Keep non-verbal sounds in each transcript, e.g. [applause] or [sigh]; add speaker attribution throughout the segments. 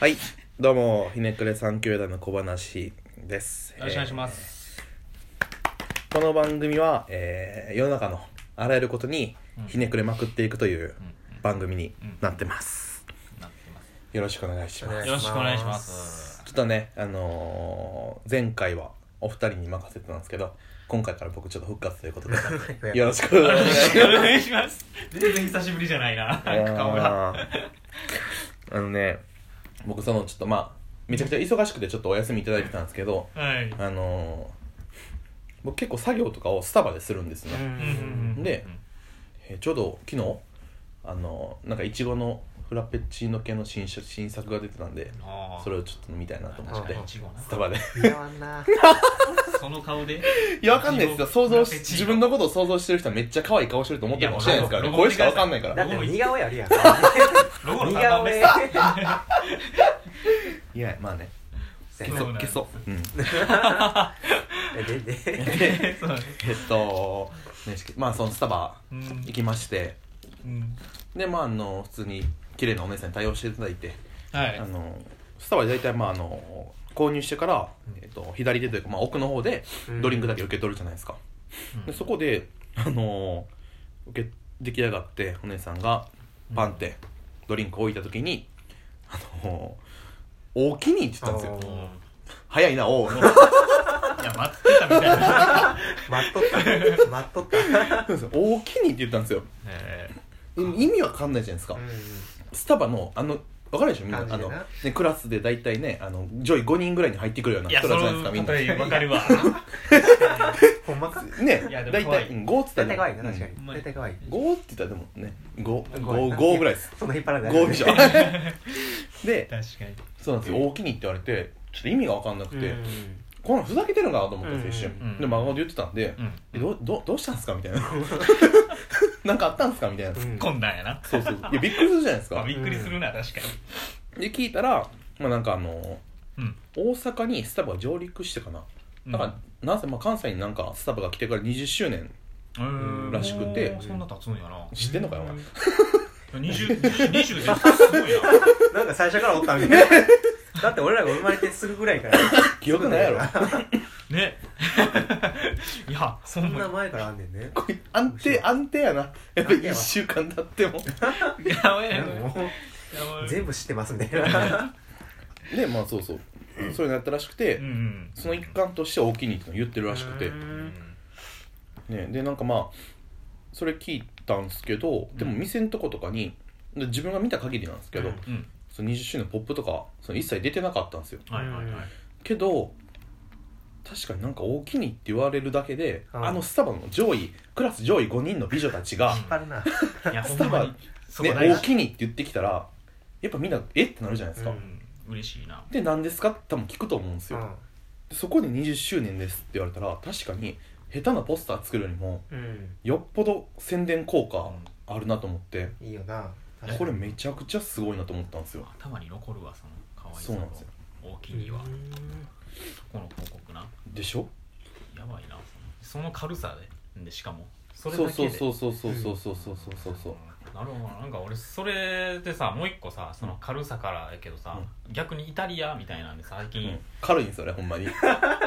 Speaker 1: はい、どうも、ひねくれ三兄弟の小話です。
Speaker 2: よろしくお願いし
Speaker 1: す。
Speaker 2: ます。
Speaker 1: この番組は、えー世の中のあらゆることにひねくれまくっていくという番組になってます。
Speaker 2: なってます
Speaker 1: よろしくお願いします。
Speaker 2: よろしくお願いします。
Speaker 1: ちょっとね、あのー前回はお二人に任せてたんですけど、今回から僕ちょっと復活ということで、
Speaker 2: [laughs]
Speaker 1: よろしくお願いします。
Speaker 2: よろしくお願いします。全然久しぶりじゃないな、なんか顔が。
Speaker 1: あのね、僕そのちょっとまあ、めちゃくちゃ忙しくてちょっとお休みいただいてたんですけど、
Speaker 2: はい。
Speaker 1: あのー僕結構作業とかをスタバでするんですね、でえーちょうど昨日あのーなんかいちごのフラペチーノ系の新種新作が出てたんでそれ
Speaker 2: を
Speaker 1: をちょっと見たいなと思っ
Speaker 2: 確
Speaker 1: て
Speaker 2: かにいちごな
Speaker 1: ス。タバで [laughs]
Speaker 3: やわんな。
Speaker 2: その顔で。
Speaker 1: いやわかんないですよ想像し
Speaker 2: フラペチーノ
Speaker 1: 自分のことを想像してる人はめっちゃ可愛い顔してると思ってるかもしれないですか
Speaker 2: いや
Speaker 1: ら
Speaker 2: もう
Speaker 1: これしかわかんないか
Speaker 3: だ
Speaker 1: ら
Speaker 3: って似顔絵あるやん。
Speaker 2: ロゴの
Speaker 3: 似
Speaker 2: 看板
Speaker 3: 顔
Speaker 2: 目
Speaker 3: 絵。
Speaker 1: いやまあね消そう消そう、うん、
Speaker 3: でで。
Speaker 1: で
Speaker 2: [laughs] そう
Speaker 1: [laughs] えっと、ね、まあそのスタバ
Speaker 2: うん
Speaker 1: 行きまして
Speaker 2: うん
Speaker 1: でまああの普通に綺麗なお姉さんに対応していただいて
Speaker 2: はい
Speaker 1: あ。のスタバで大体まああの購入してから、えっと、左手というか、まあ、奥の方で
Speaker 3: うん
Speaker 1: ドリンクだけ受け取るじゃないですか、でそこで [laughs] あの受け出来上がってお姉さんがパンってドリンク置いた時に「あのおおきに」って言ったんですよ
Speaker 3: あー
Speaker 1: 早いなおう
Speaker 2: いや、待ってたみた
Speaker 1: [laughs]
Speaker 2: いな。
Speaker 3: 待っとった。待っとった。
Speaker 1: おおきにって言ったんですよ
Speaker 2: え
Speaker 1: 意味わかんないじゃないですか、
Speaker 3: う
Speaker 1: スタバのあのわかるでしょみんなあ
Speaker 3: 感じ
Speaker 1: の、
Speaker 3: でな
Speaker 1: ね、クラスで大体ねあの上位5人ぐらいに入ってくるよう
Speaker 2: ー
Speaker 1: ない人
Speaker 2: や、
Speaker 1: らじ
Speaker 2: そ
Speaker 1: ゃないですか
Speaker 2: の
Speaker 1: みんな
Speaker 2: 例えわかる
Speaker 1: [laughs]
Speaker 2: わ。
Speaker 3: ん。ほんまか。
Speaker 1: ね
Speaker 2: いやでも
Speaker 1: 大
Speaker 2: 怖い
Speaker 1: 体うん5っつっ
Speaker 3: 大
Speaker 1: たら
Speaker 3: 体
Speaker 1: ね
Speaker 3: 可愛いな、確か
Speaker 1: う
Speaker 3: に
Speaker 1: ん。
Speaker 3: 大体可愛い。
Speaker 1: 5って言ったらでもね
Speaker 3: 可愛な
Speaker 1: 55ぐらい
Speaker 4: [laughs]
Speaker 1: です。
Speaker 3: そんな引っ張られない。
Speaker 1: 5以上で
Speaker 2: 確かに。
Speaker 1: そうなんですよ大きにって言われてちょっと意味が分かんなくてこのふざけてるのかなと思ったんですよ一
Speaker 2: うんう
Speaker 1: 瞬
Speaker 2: ん
Speaker 1: で真顔で言ってたんで
Speaker 2: うん
Speaker 1: えどどどうしたんすかみたいな [laughs] なんかあったんすかみたいな
Speaker 3: うん。
Speaker 2: こんなんやな。
Speaker 1: そうそういやびっくりするじゃないです
Speaker 2: まあ
Speaker 1: か
Speaker 2: びっくりするな、確か
Speaker 1: で聞いたらまあなんかあの
Speaker 2: に。うん。
Speaker 1: 大阪にスタバが上陸してかなだからなぜまあ関西になんかスタバが来てから20周年
Speaker 2: うん
Speaker 1: らしくて
Speaker 2: そんな経つんやな。
Speaker 1: 知ってんのかよお前
Speaker 2: 二十、二十ですごいな。
Speaker 3: なんか最初からお [laughs] ったみたいな。だって俺らが生まれてすぐぐらいから。
Speaker 1: 記憶ないやろ
Speaker 2: ね [laughs] いや
Speaker 3: そ
Speaker 2: そん
Speaker 3: ん
Speaker 2: な
Speaker 3: な前からあんねんね。
Speaker 1: [laughs] これ安定安定やなやっぱり1週間経っても
Speaker 2: やばい
Speaker 3: な
Speaker 2: や
Speaker 3: ん
Speaker 2: ば
Speaker 3: か
Speaker 2: い
Speaker 3: も
Speaker 2: やば
Speaker 3: う
Speaker 2: い
Speaker 3: 全部知ってますみたいな。
Speaker 1: でまあそうそうそういうのやったらしくて、
Speaker 2: うんうん
Speaker 1: その一環としてお気に入りっていうのを言ってるらしくて
Speaker 3: う、ん
Speaker 1: ね、でなんかまあそれ聞いたんですけどでも
Speaker 2: うん
Speaker 1: 店のとことかにで自分が見た限りなんですけど、
Speaker 3: うん
Speaker 2: うん
Speaker 1: その20周年ポップとかその一切出てなかったんですよ
Speaker 2: はいはいはい
Speaker 1: けど確かになんかお気に入りって言われるだけで、
Speaker 3: うん
Speaker 1: あのスタバの上位クラス上位5人の美女たちが
Speaker 2: うん
Speaker 3: 引っ張るな。
Speaker 2: いやほ
Speaker 1: ス
Speaker 2: ん
Speaker 1: タ
Speaker 2: ま
Speaker 1: バ
Speaker 2: にそ
Speaker 1: ね
Speaker 2: こ大
Speaker 1: お
Speaker 2: 事
Speaker 1: 気に入りって言ってきたらやっぱみんなえってなるじゃないですか、
Speaker 3: う
Speaker 2: うん嬉しいな
Speaker 1: で何ですかって多分聞くと思うんです
Speaker 3: う
Speaker 1: よ、
Speaker 3: ん
Speaker 1: でそこで20周年ですって言われたら確かに下手なポスター作るよりも
Speaker 3: うん。
Speaker 1: よっぽど宣伝効果
Speaker 2: うん
Speaker 1: あるなと思って、
Speaker 3: いいよな。
Speaker 1: これめちゃくちゃすごいなと思ったんですよ
Speaker 2: 頭に残るわその可愛さ
Speaker 1: そうなんですよ
Speaker 2: 大き
Speaker 3: いい
Speaker 2: い
Speaker 3: わ
Speaker 2: わ。そこの広告な
Speaker 1: でしょ
Speaker 2: やばいなその軽さででしかもそれ
Speaker 1: そう
Speaker 2: だ
Speaker 1: そ
Speaker 2: け
Speaker 1: う
Speaker 2: で
Speaker 1: そうそうそうそうそうそうそうそうそう
Speaker 2: なるほどなんか俺それでさもう一個さその軽さからやけどさ逆にイタリアみたいなんで最
Speaker 1: う
Speaker 2: 近
Speaker 1: ん軽いんそれほん [laughs] まに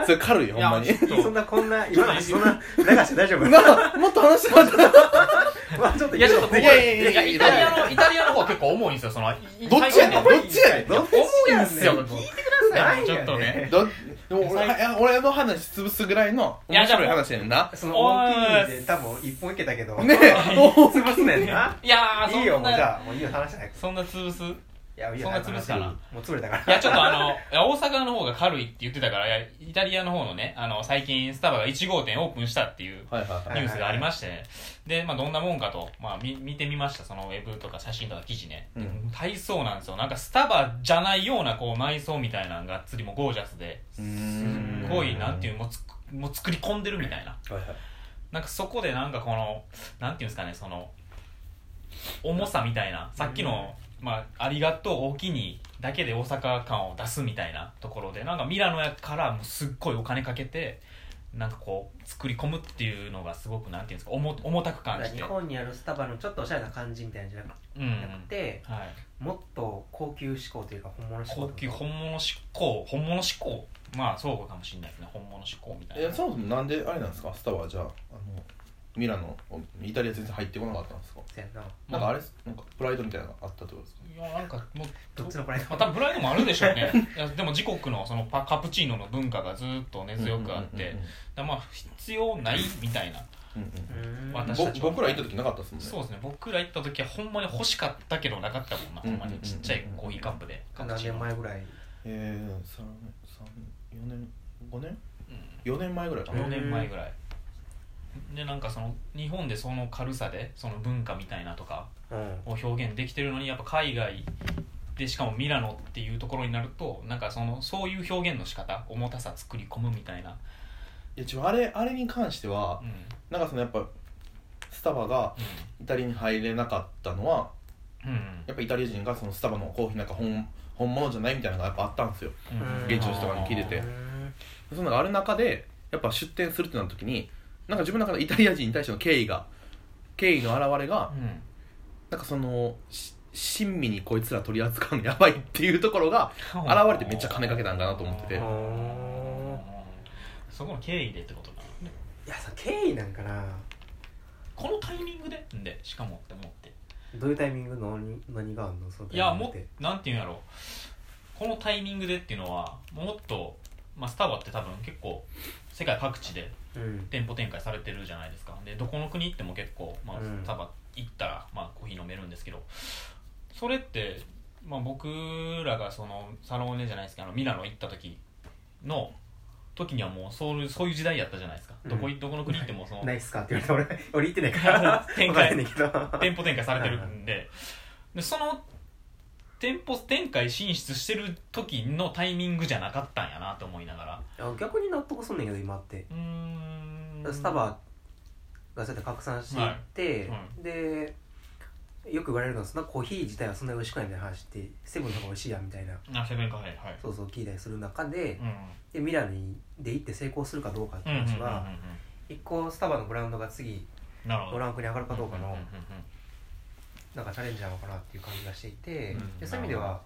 Speaker 1: それ軽いほんまに
Speaker 2: い
Speaker 1: [laughs]
Speaker 2: やちょっと
Speaker 3: そんなこんな、今の話そんな流して大丈夫
Speaker 1: なもっと話してなかった
Speaker 3: まあちょっと
Speaker 2: いやちょっとここ
Speaker 1: いやいやいや
Speaker 2: いやイタリアのイタリアの方は結構重いんですよその
Speaker 1: どっちやねんどっちやねん
Speaker 3: どっ
Speaker 2: 重い
Speaker 3: やねん
Speaker 2: んすよ聞いてくださいよちょっとね
Speaker 1: どでも俺は俺の話潰すぐらいの面白い話やねんな
Speaker 3: その大きいで多分一本いけたけど
Speaker 1: ねえ
Speaker 3: 潰すねんない
Speaker 2: やーそんない
Speaker 3: いよもうじゃあもういいよ話しない
Speaker 2: そんな潰すい
Speaker 3: いやいいよ
Speaker 2: そんな潰すかな
Speaker 3: 話もう潰れたから
Speaker 2: やちょっとあのいや大阪の方が軽いって言ってたからいやイタリアの方のねあの最近スタバが1号店オープンしたっていう
Speaker 1: はいはいは
Speaker 2: ニ
Speaker 1: い
Speaker 2: ュースがありましてねで、まあ、どんなもんかと、まあ、み見てみましたそのウェブとか写真とか記事ね、
Speaker 1: うん
Speaker 2: 体操なんですよなんかスタバじゃないようなこう内装みたいなのがっつりもゴージャスで
Speaker 1: う
Speaker 2: す
Speaker 1: ーん
Speaker 2: ごいなんていうもうつくもう作り込んでるみたいな
Speaker 1: はいはい
Speaker 2: なんかそこでなんかこのなんていうんですかねその重さみたいなさっきの、まあ、ありがとう大きにだけで大阪感を出すみたいなところでなんかミラノやからもうすっごいお金かけてなんかこう作り込むっていうのがすごくなんていうんですか重重たく感じ
Speaker 4: 日
Speaker 2: て、
Speaker 4: 本にあるスタバのちょっとおしゃれな感じみたいなんじゃなく
Speaker 2: うんはい、
Speaker 4: て、もっと高級志向というか本物志向
Speaker 2: 高級本物志向本物志向まあそうかもしれないですね本物志向みたい
Speaker 1: え
Speaker 2: な
Speaker 1: そもそもなんであれなんですかスタバはじゃああのミラノイタリア全然入ってこなかったんですか
Speaker 4: やな
Speaker 1: なんかあれなんかプライドみたいなのがあったってことですか
Speaker 2: いやなんかもう
Speaker 4: どっちのプライド
Speaker 2: まあ、多分ブライドもあるでしょうねいやでも自国のそのパカプチーノの文化がずっと根強くあって、だからまあ必要ないみたいな
Speaker 1: うんうんうん
Speaker 4: うーん
Speaker 2: 私
Speaker 1: ぼ
Speaker 2: たちは
Speaker 1: 僕ら行った時なかったですもんね
Speaker 2: そうですね僕ら行った時はほんまに欲しかったけどなかったもんなほんま
Speaker 1: う
Speaker 2: に
Speaker 1: ん
Speaker 2: ちっちゃいコーヒーカップでカプ
Speaker 4: 何
Speaker 2: チー
Speaker 4: 年
Speaker 2: ノ、
Speaker 4: 前ぐらい
Speaker 1: ええー、三三四年五年
Speaker 2: う
Speaker 1: 四年前ぐらいか
Speaker 2: ん、
Speaker 1: な
Speaker 2: 4年前ぐらいでなんかその日本でその軽さでその文化みたいなとか
Speaker 4: うん
Speaker 2: を表現できてるのにやっぱ海外でしかもミラノっていうところになるとなんかそのそういう表現の仕方重たさ作り込むみたいな、
Speaker 1: いやちょあれあれに関しては
Speaker 2: うんうん、
Speaker 1: なんかそのやっぱスタバがイタリアに入れなかったのは
Speaker 2: うん
Speaker 1: やっぱイタリア人がそのスタバのコーヒーなんか本本物じゃないみたいなのがやっぱあったんですよ
Speaker 2: うん
Speaker 4: 現地の人
Speaker 1: とかに聞いてて
Speaker 4: うーん
Speaker 1: そのある中でやっぱ出店するってなった時になんか自分の中でイタリア人に対しての敬意が敬意の表れが
Speaker 2: うん
Speaker 1: なんかそのし親身にこいつら取り扱うのやばいっていうところが現れてめっちゃ金かけたんかなと思ってて
Speaker 4: おー
Speaker 2: そこの経緯でってことなのね
Speaker 4: いやさ経緯なんかな
Speaker 2: このタイミングででしかもって思って
Speaker 4: どういうタイミングのに何があんのその
Speaker 2: いや
Speaker 4: タイミン
Speaker 2: も
Speaker 4: グって
Speaker 2: っなんていうんやろこのタイミングでっていうのはもっと、まあ、スタバって多分結構世界各地で
Speaker 4: うん
Speaker 2: 店舗展開されてるじゃないですかでどこの国行っても結構、まあ
Speaker 4: うん、
Speaker 2: スタバ行ったら、まあ、コーヒー飲めるんですけどそれって、まあ、僕らがそのサローネじゃないですかあのミラノ行った時の時にはもうそういうそういう時代やったじゃないですか、どこいどこの国行ってもその
Speaker 4: ないっすかって言われて俺 [laughs] 俺行ってないか
Speaker 2: いや [laughs] も
Speaker 4: ら
Speaker 2: う展開
Speaker 4: わかんないけど
Speaker 2: 店舗展開されてるんででその店舗展開進出してる時のタイミングじゃなかったんやなと思いながら
Speaker 4: あ逆に納得すんねんけど今って
Speaker 2: うーん
Speaker 4: スタバがそうやって拡散していって、
Speaker 2: はい
Speaker 4: でよく言われるのはそんなコーヒー自体はそんなに美味しくないみたいな話ってセブンの方が美味しいやんみたいな
Speaker 2: あセブンカフェはい
Speaker 4: そうそう聞いたりする中で
Speaker 2: うん
Speaker 4: でミラノにで行って成功するかどうかっていう話は
Speaker 2: うんうんうん
Speaker 4: 一個スタバのブランドが次
Speaker 2: うんなるほ
Speaker 4: の
Speaker 2: ど
Speaker 4: ランクに上がるかどうか
Speaker 2: うん
Speaker 4: の
Speaker 2: うんうん
Speaker 4: なんかチャレンジなのかなっていう感じがしていて、
Speaker 1: うん
Speaker 4: でそういう意味では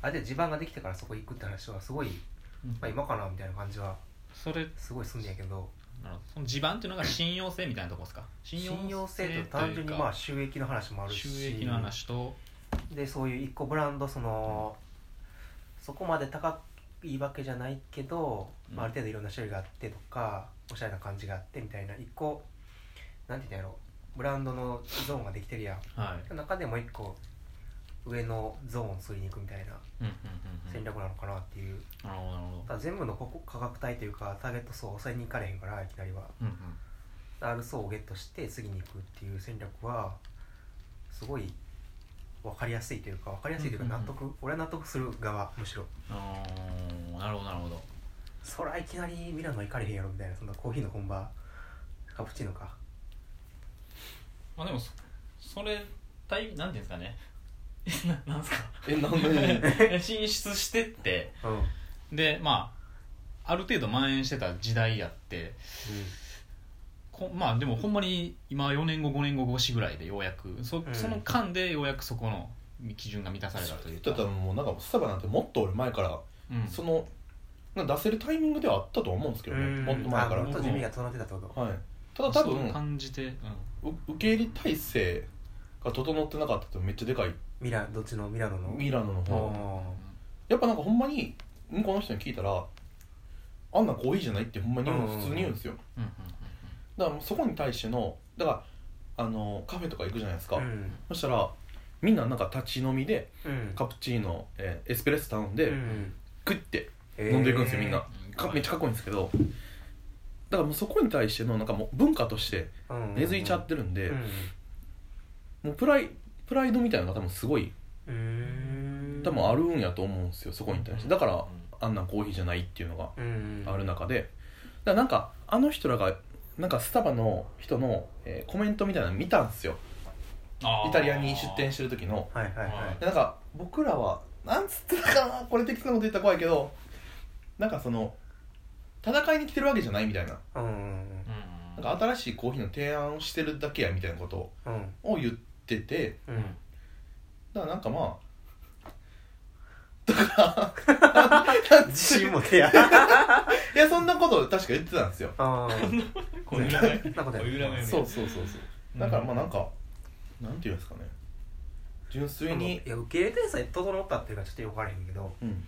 Speaker 4: あれで地盤ができてからそこ行くって話はすごい、
Speaker 2: うん
Speaker 4: まあ、今かなみたいな感じは
Speaker 2: それ
Speaker 4: すごいすんねやけど
Speaker 2: なるほどその地盤っていうのが信用性みたいなとこですか
Speaker 4: 信用性
Speaker 2: いう
Speaker 4: と
Speaker 2: か
Speaker 4: 単純にまあ収益の話もあるし
Speaker 2: 収益の話と
Speaker 4: でそういう一個ブランドそのそこまで高いわけじゃないけど、
Speaker 2: うん
Speaker 4: まあ、ある程度いろんな種類があってとかおしゃれな感じがあってみたいな一個なんて言うんだろうブランドのゾーンができてるやん
Speaker 2: はい
Speaker 4: その中でもう一個上のゾーンを吸いに行くみたいな
Speaker 2: うんうんうんうん
Speaker 4: 戦略なのかなっていう、
Speaker 2: なるほどなるほど
Speaker 4: ただ全部のここ価格帯というかターゲット層を抑えに行かれへんからいきなりは
Speaker 2: うんうん
Speaker 4: ある層をゲットして次に行くっていう戦略はすごい分かりやすいというか分かりやすいというか
Speaker 2: うんうん
Speaker 4: 納
Speaker 2: うん
Speaker 4: 得、俺は納得する側むしろ
Speaker 2: あーなるほどなるほど
Speaker 4: そらいきなりミラノ行かれへんやろみたいなそんなコーヒーの本場カプチーノか
Speaker 2: まあでもそそれたいなんていうんですかね [laughs] ななんすか
Speaker 1: [laughs] えなん [laughs] で
Speaker 2: [laughs] 進出してって
Speaker 4: うん、
Speaker 2: でまあある程度蔓延してた時代やってこまあでもほんまに今4年後5年後越しぐらいでようやくそ
Speaker 4: うん
Speaker 2: その間でようやくそこの基準が満たされたと
Speaker 1: 言
Speaker 2: い
Speaker 1: っ
Speaker 2: う
Speaker 1: て
Speaker 2: か
Speaker 1: たらもうなんかスタバなんてもっと俺前から
Speaker 2: うん
Speaker 1: そのなんか出せるタイミングではあったとは思うんですけどねもっと前か
Speaker 4: あ
Speaker 1: ら
Speaker 4: もっ
Speaker 1: は
Speaker 4: と地味が整ってたってこと
Speaker 1: いただ多
Speaker 2: そう
Speaker 1: 分
Speaker 2: 感じて、うん
Speaker 1: う受け入れ体制が整ってなかったってめっちゃでかい
Speaker 4: ミラどっちのミラノの
Speaker 1: ミラノの
Speaker 4: お
Speaker 1: 方やっぱなんかほんまに向こうの人に聞いたらあんなコーヒーじゃないってほんまに言う
Speaker 4: うん
Speaker 1: 普通に言うんですよ
Speaker 2: うんうん
Speaker 1: だからもうそこに対してのだからあのカフェとか行くじゃないですか、
Speaker 4: ーうん
Speaker 1: そしたらみんななんか立ち飲みで
Speaker 4: うん
Speaker 1: カプチーノ、えーエスプレッソ頼んで、
Speaker 4: うん
Speaker 1: クッて飲んでいくんですよみんな、
Speaker 2: うん
Speaker 1: かめっちゃかっこいいんですけどだからもうそこに対してのなんかもう文化として
Speaker 4: うん
Speaker 1: 根付いちゃってるんで、
Speaker 4: うん
Speaker 1: もうプライプライドみたいなのが多分すごい
Speaker 4: うん
Speaker 1: 多分あるんやと思うんですよそこに対してだから
Speaker 2: う
Speaker 1: あんなコーヒーじゃないっていうのが
Speaker 4: うん
Speaker 1: ある中でだからなんかあの人らがなんかスタバの人の、えーコメントみたいなの見たんですよ
Speaker 2: あー
Speaker 1: イタリアに出店してる時の
Speaker 4: はいはいはい
Speaker 1: でなんか僕らはなんつってたかなこれ適当なこと言ったら怖いけどなんかその戦いに来てるわけじゃないみたいな
Speaker 4: うんうん
Speaker 2: うん
Speaker 1: なんか新しいコーヒーの提案をしてるだけやみたいなこと
Speaker 4: うんうん
Speaker 1: を言ってて
Speaker 4: う
Speaker 2: うん
Speaker 4: ん
Speaker 1: だからなんかまあだから
Speaker 3: 自信持てや
Speaker 1: いやそんなこと確か言ってたんですよ
Speaker 4: あー
Speaker 2: こういう占い
Speaker 4: そんなことや
Speaker 2: こういう占いね
Speaker 1: そうそうそうそう [laughs] だからまあなんか、なんていうんですかね純粋に
Speaker 4: いや受け入れ体制整ったっていうかちょっとよくわからへんけど
Speaker 1: うん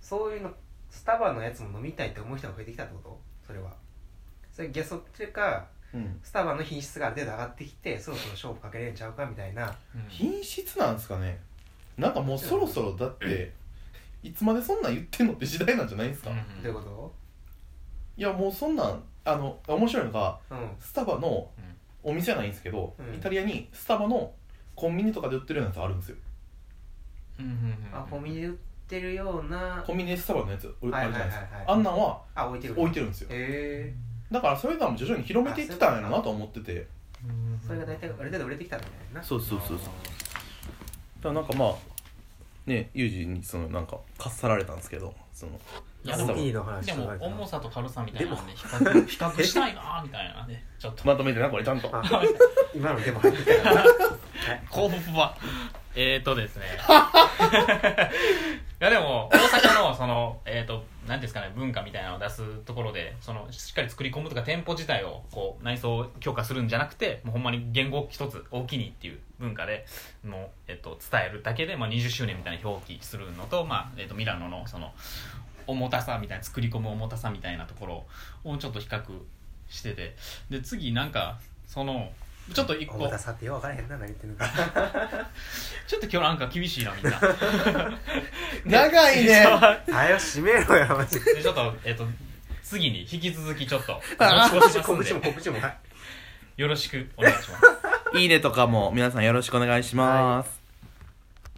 Speaker 4: そういうのスタバのやつも飲みたいって思う人が増えてきたってことそれはそれゲソっていうか
Speaker 1: うん
Speaker 4: スタバの品質がある程度上がってきてそろそろ勝負かけれんちゃうかみたいな
Speaker 2: うん
Speaker 1: 品質なんですかねなんかもうそろそろだっていつまでそんなん言ってんのって時代なんじゃないんですか、
Speaker 2: うん
Speaker 1: い
Speaker 4: どういうこ
Speaker 1: やもうそんなんあの面白いのが
Speaker 4: とうん
Speaker 1: スタバの
Speaker 2: うん
Speaker 1: お店じゃないんですけど、
Speaker 4: うん
Speaker 1: イタリアにスタバのコンビニとかで売ってるようなやつあるんですよ
Speaker 2: うんうんうん
Speaker 4: あコンビニで売ってるような
Speaker 1: コンビニでスタバのやつ売
Speaker 4: は
Speaker 1: あ
Speaker 4: い
Speaker 1: る
Speaker 4: はい
Speaker 1: じゃ
Speaker 4: は
Speaker 1: ないい
Speaker 4: は
Speaker 1: ですか
Speaker 4: い
Speaker 1: あんなんは
Speaker 4: あ置いてる
Speaker 1: 置いて
Speaker 4: る
Speaker 1: るんですよ
Speaker 4: へ
Speaker 1: だからそういうのも徐々に広めていってたんやろなと思ってて
Speaker 2: うん
Speaker 4: えそれが大体ある程度売れてきたんだよな
Speaker 1: そうそうそうそうだからなんかまあねユージにそのなんかかっさられたんですけどその
Speaker 2: いやで
Speaker 1: スタ
Speaker 2: も
Speaker 1: バ
Speaker 4: いいの話
Speaker 2: で
Speaker 4: とか
Speaker 2: も
Speaker 4: あるかな
Speaker 2: 重さと軽さみたいなんで比
Speaker 1: [laughs]
Speaker 2: 較比較したいなみたいなねちょっと
Speaker 1: まとめてなこれちゃんと
Speaker 4: あ今のでも入ってたからなはい
Speaker 2: 興奮は [laughs] えーとですね [laughs] いやでも大阪のそのえーと何ですかね文化みたいなのを出すところでそのしっかり作り込むとか店舗自体をこう内装を強化するんじゃなくてもうほんまに言語一つ大きにっていう文化でもう、えっと伝えるだけで、まあ、20周年みたいな表記するのと,、まあえっとミラノのその重たさみたいな作り込む重たさみたいなところをちょっと比較しててで次なんかそのちょっと一個
Speaker 4: 重たさってよう分からへんな何言ってるのか
Speaker 2: ちょっと今日なんか厳しいなみん [laughs] な
Speaker 1: 長いね
Speaker 4: 早よ閉めろよマジで
Speaker 2: でちょっとえっ、と次に引き続きちょっと持ち越しま
Speaker 4: 告
Speaker 2: す
Speaker 4: 知
Speaker 2: ん
Speaker 4: も
Speaker 2: で
Speaker 4: 告知もはい
Speaker 2: よろしくお願いします
Speaker 1: いいねとかも皆さんよろしくお願いします、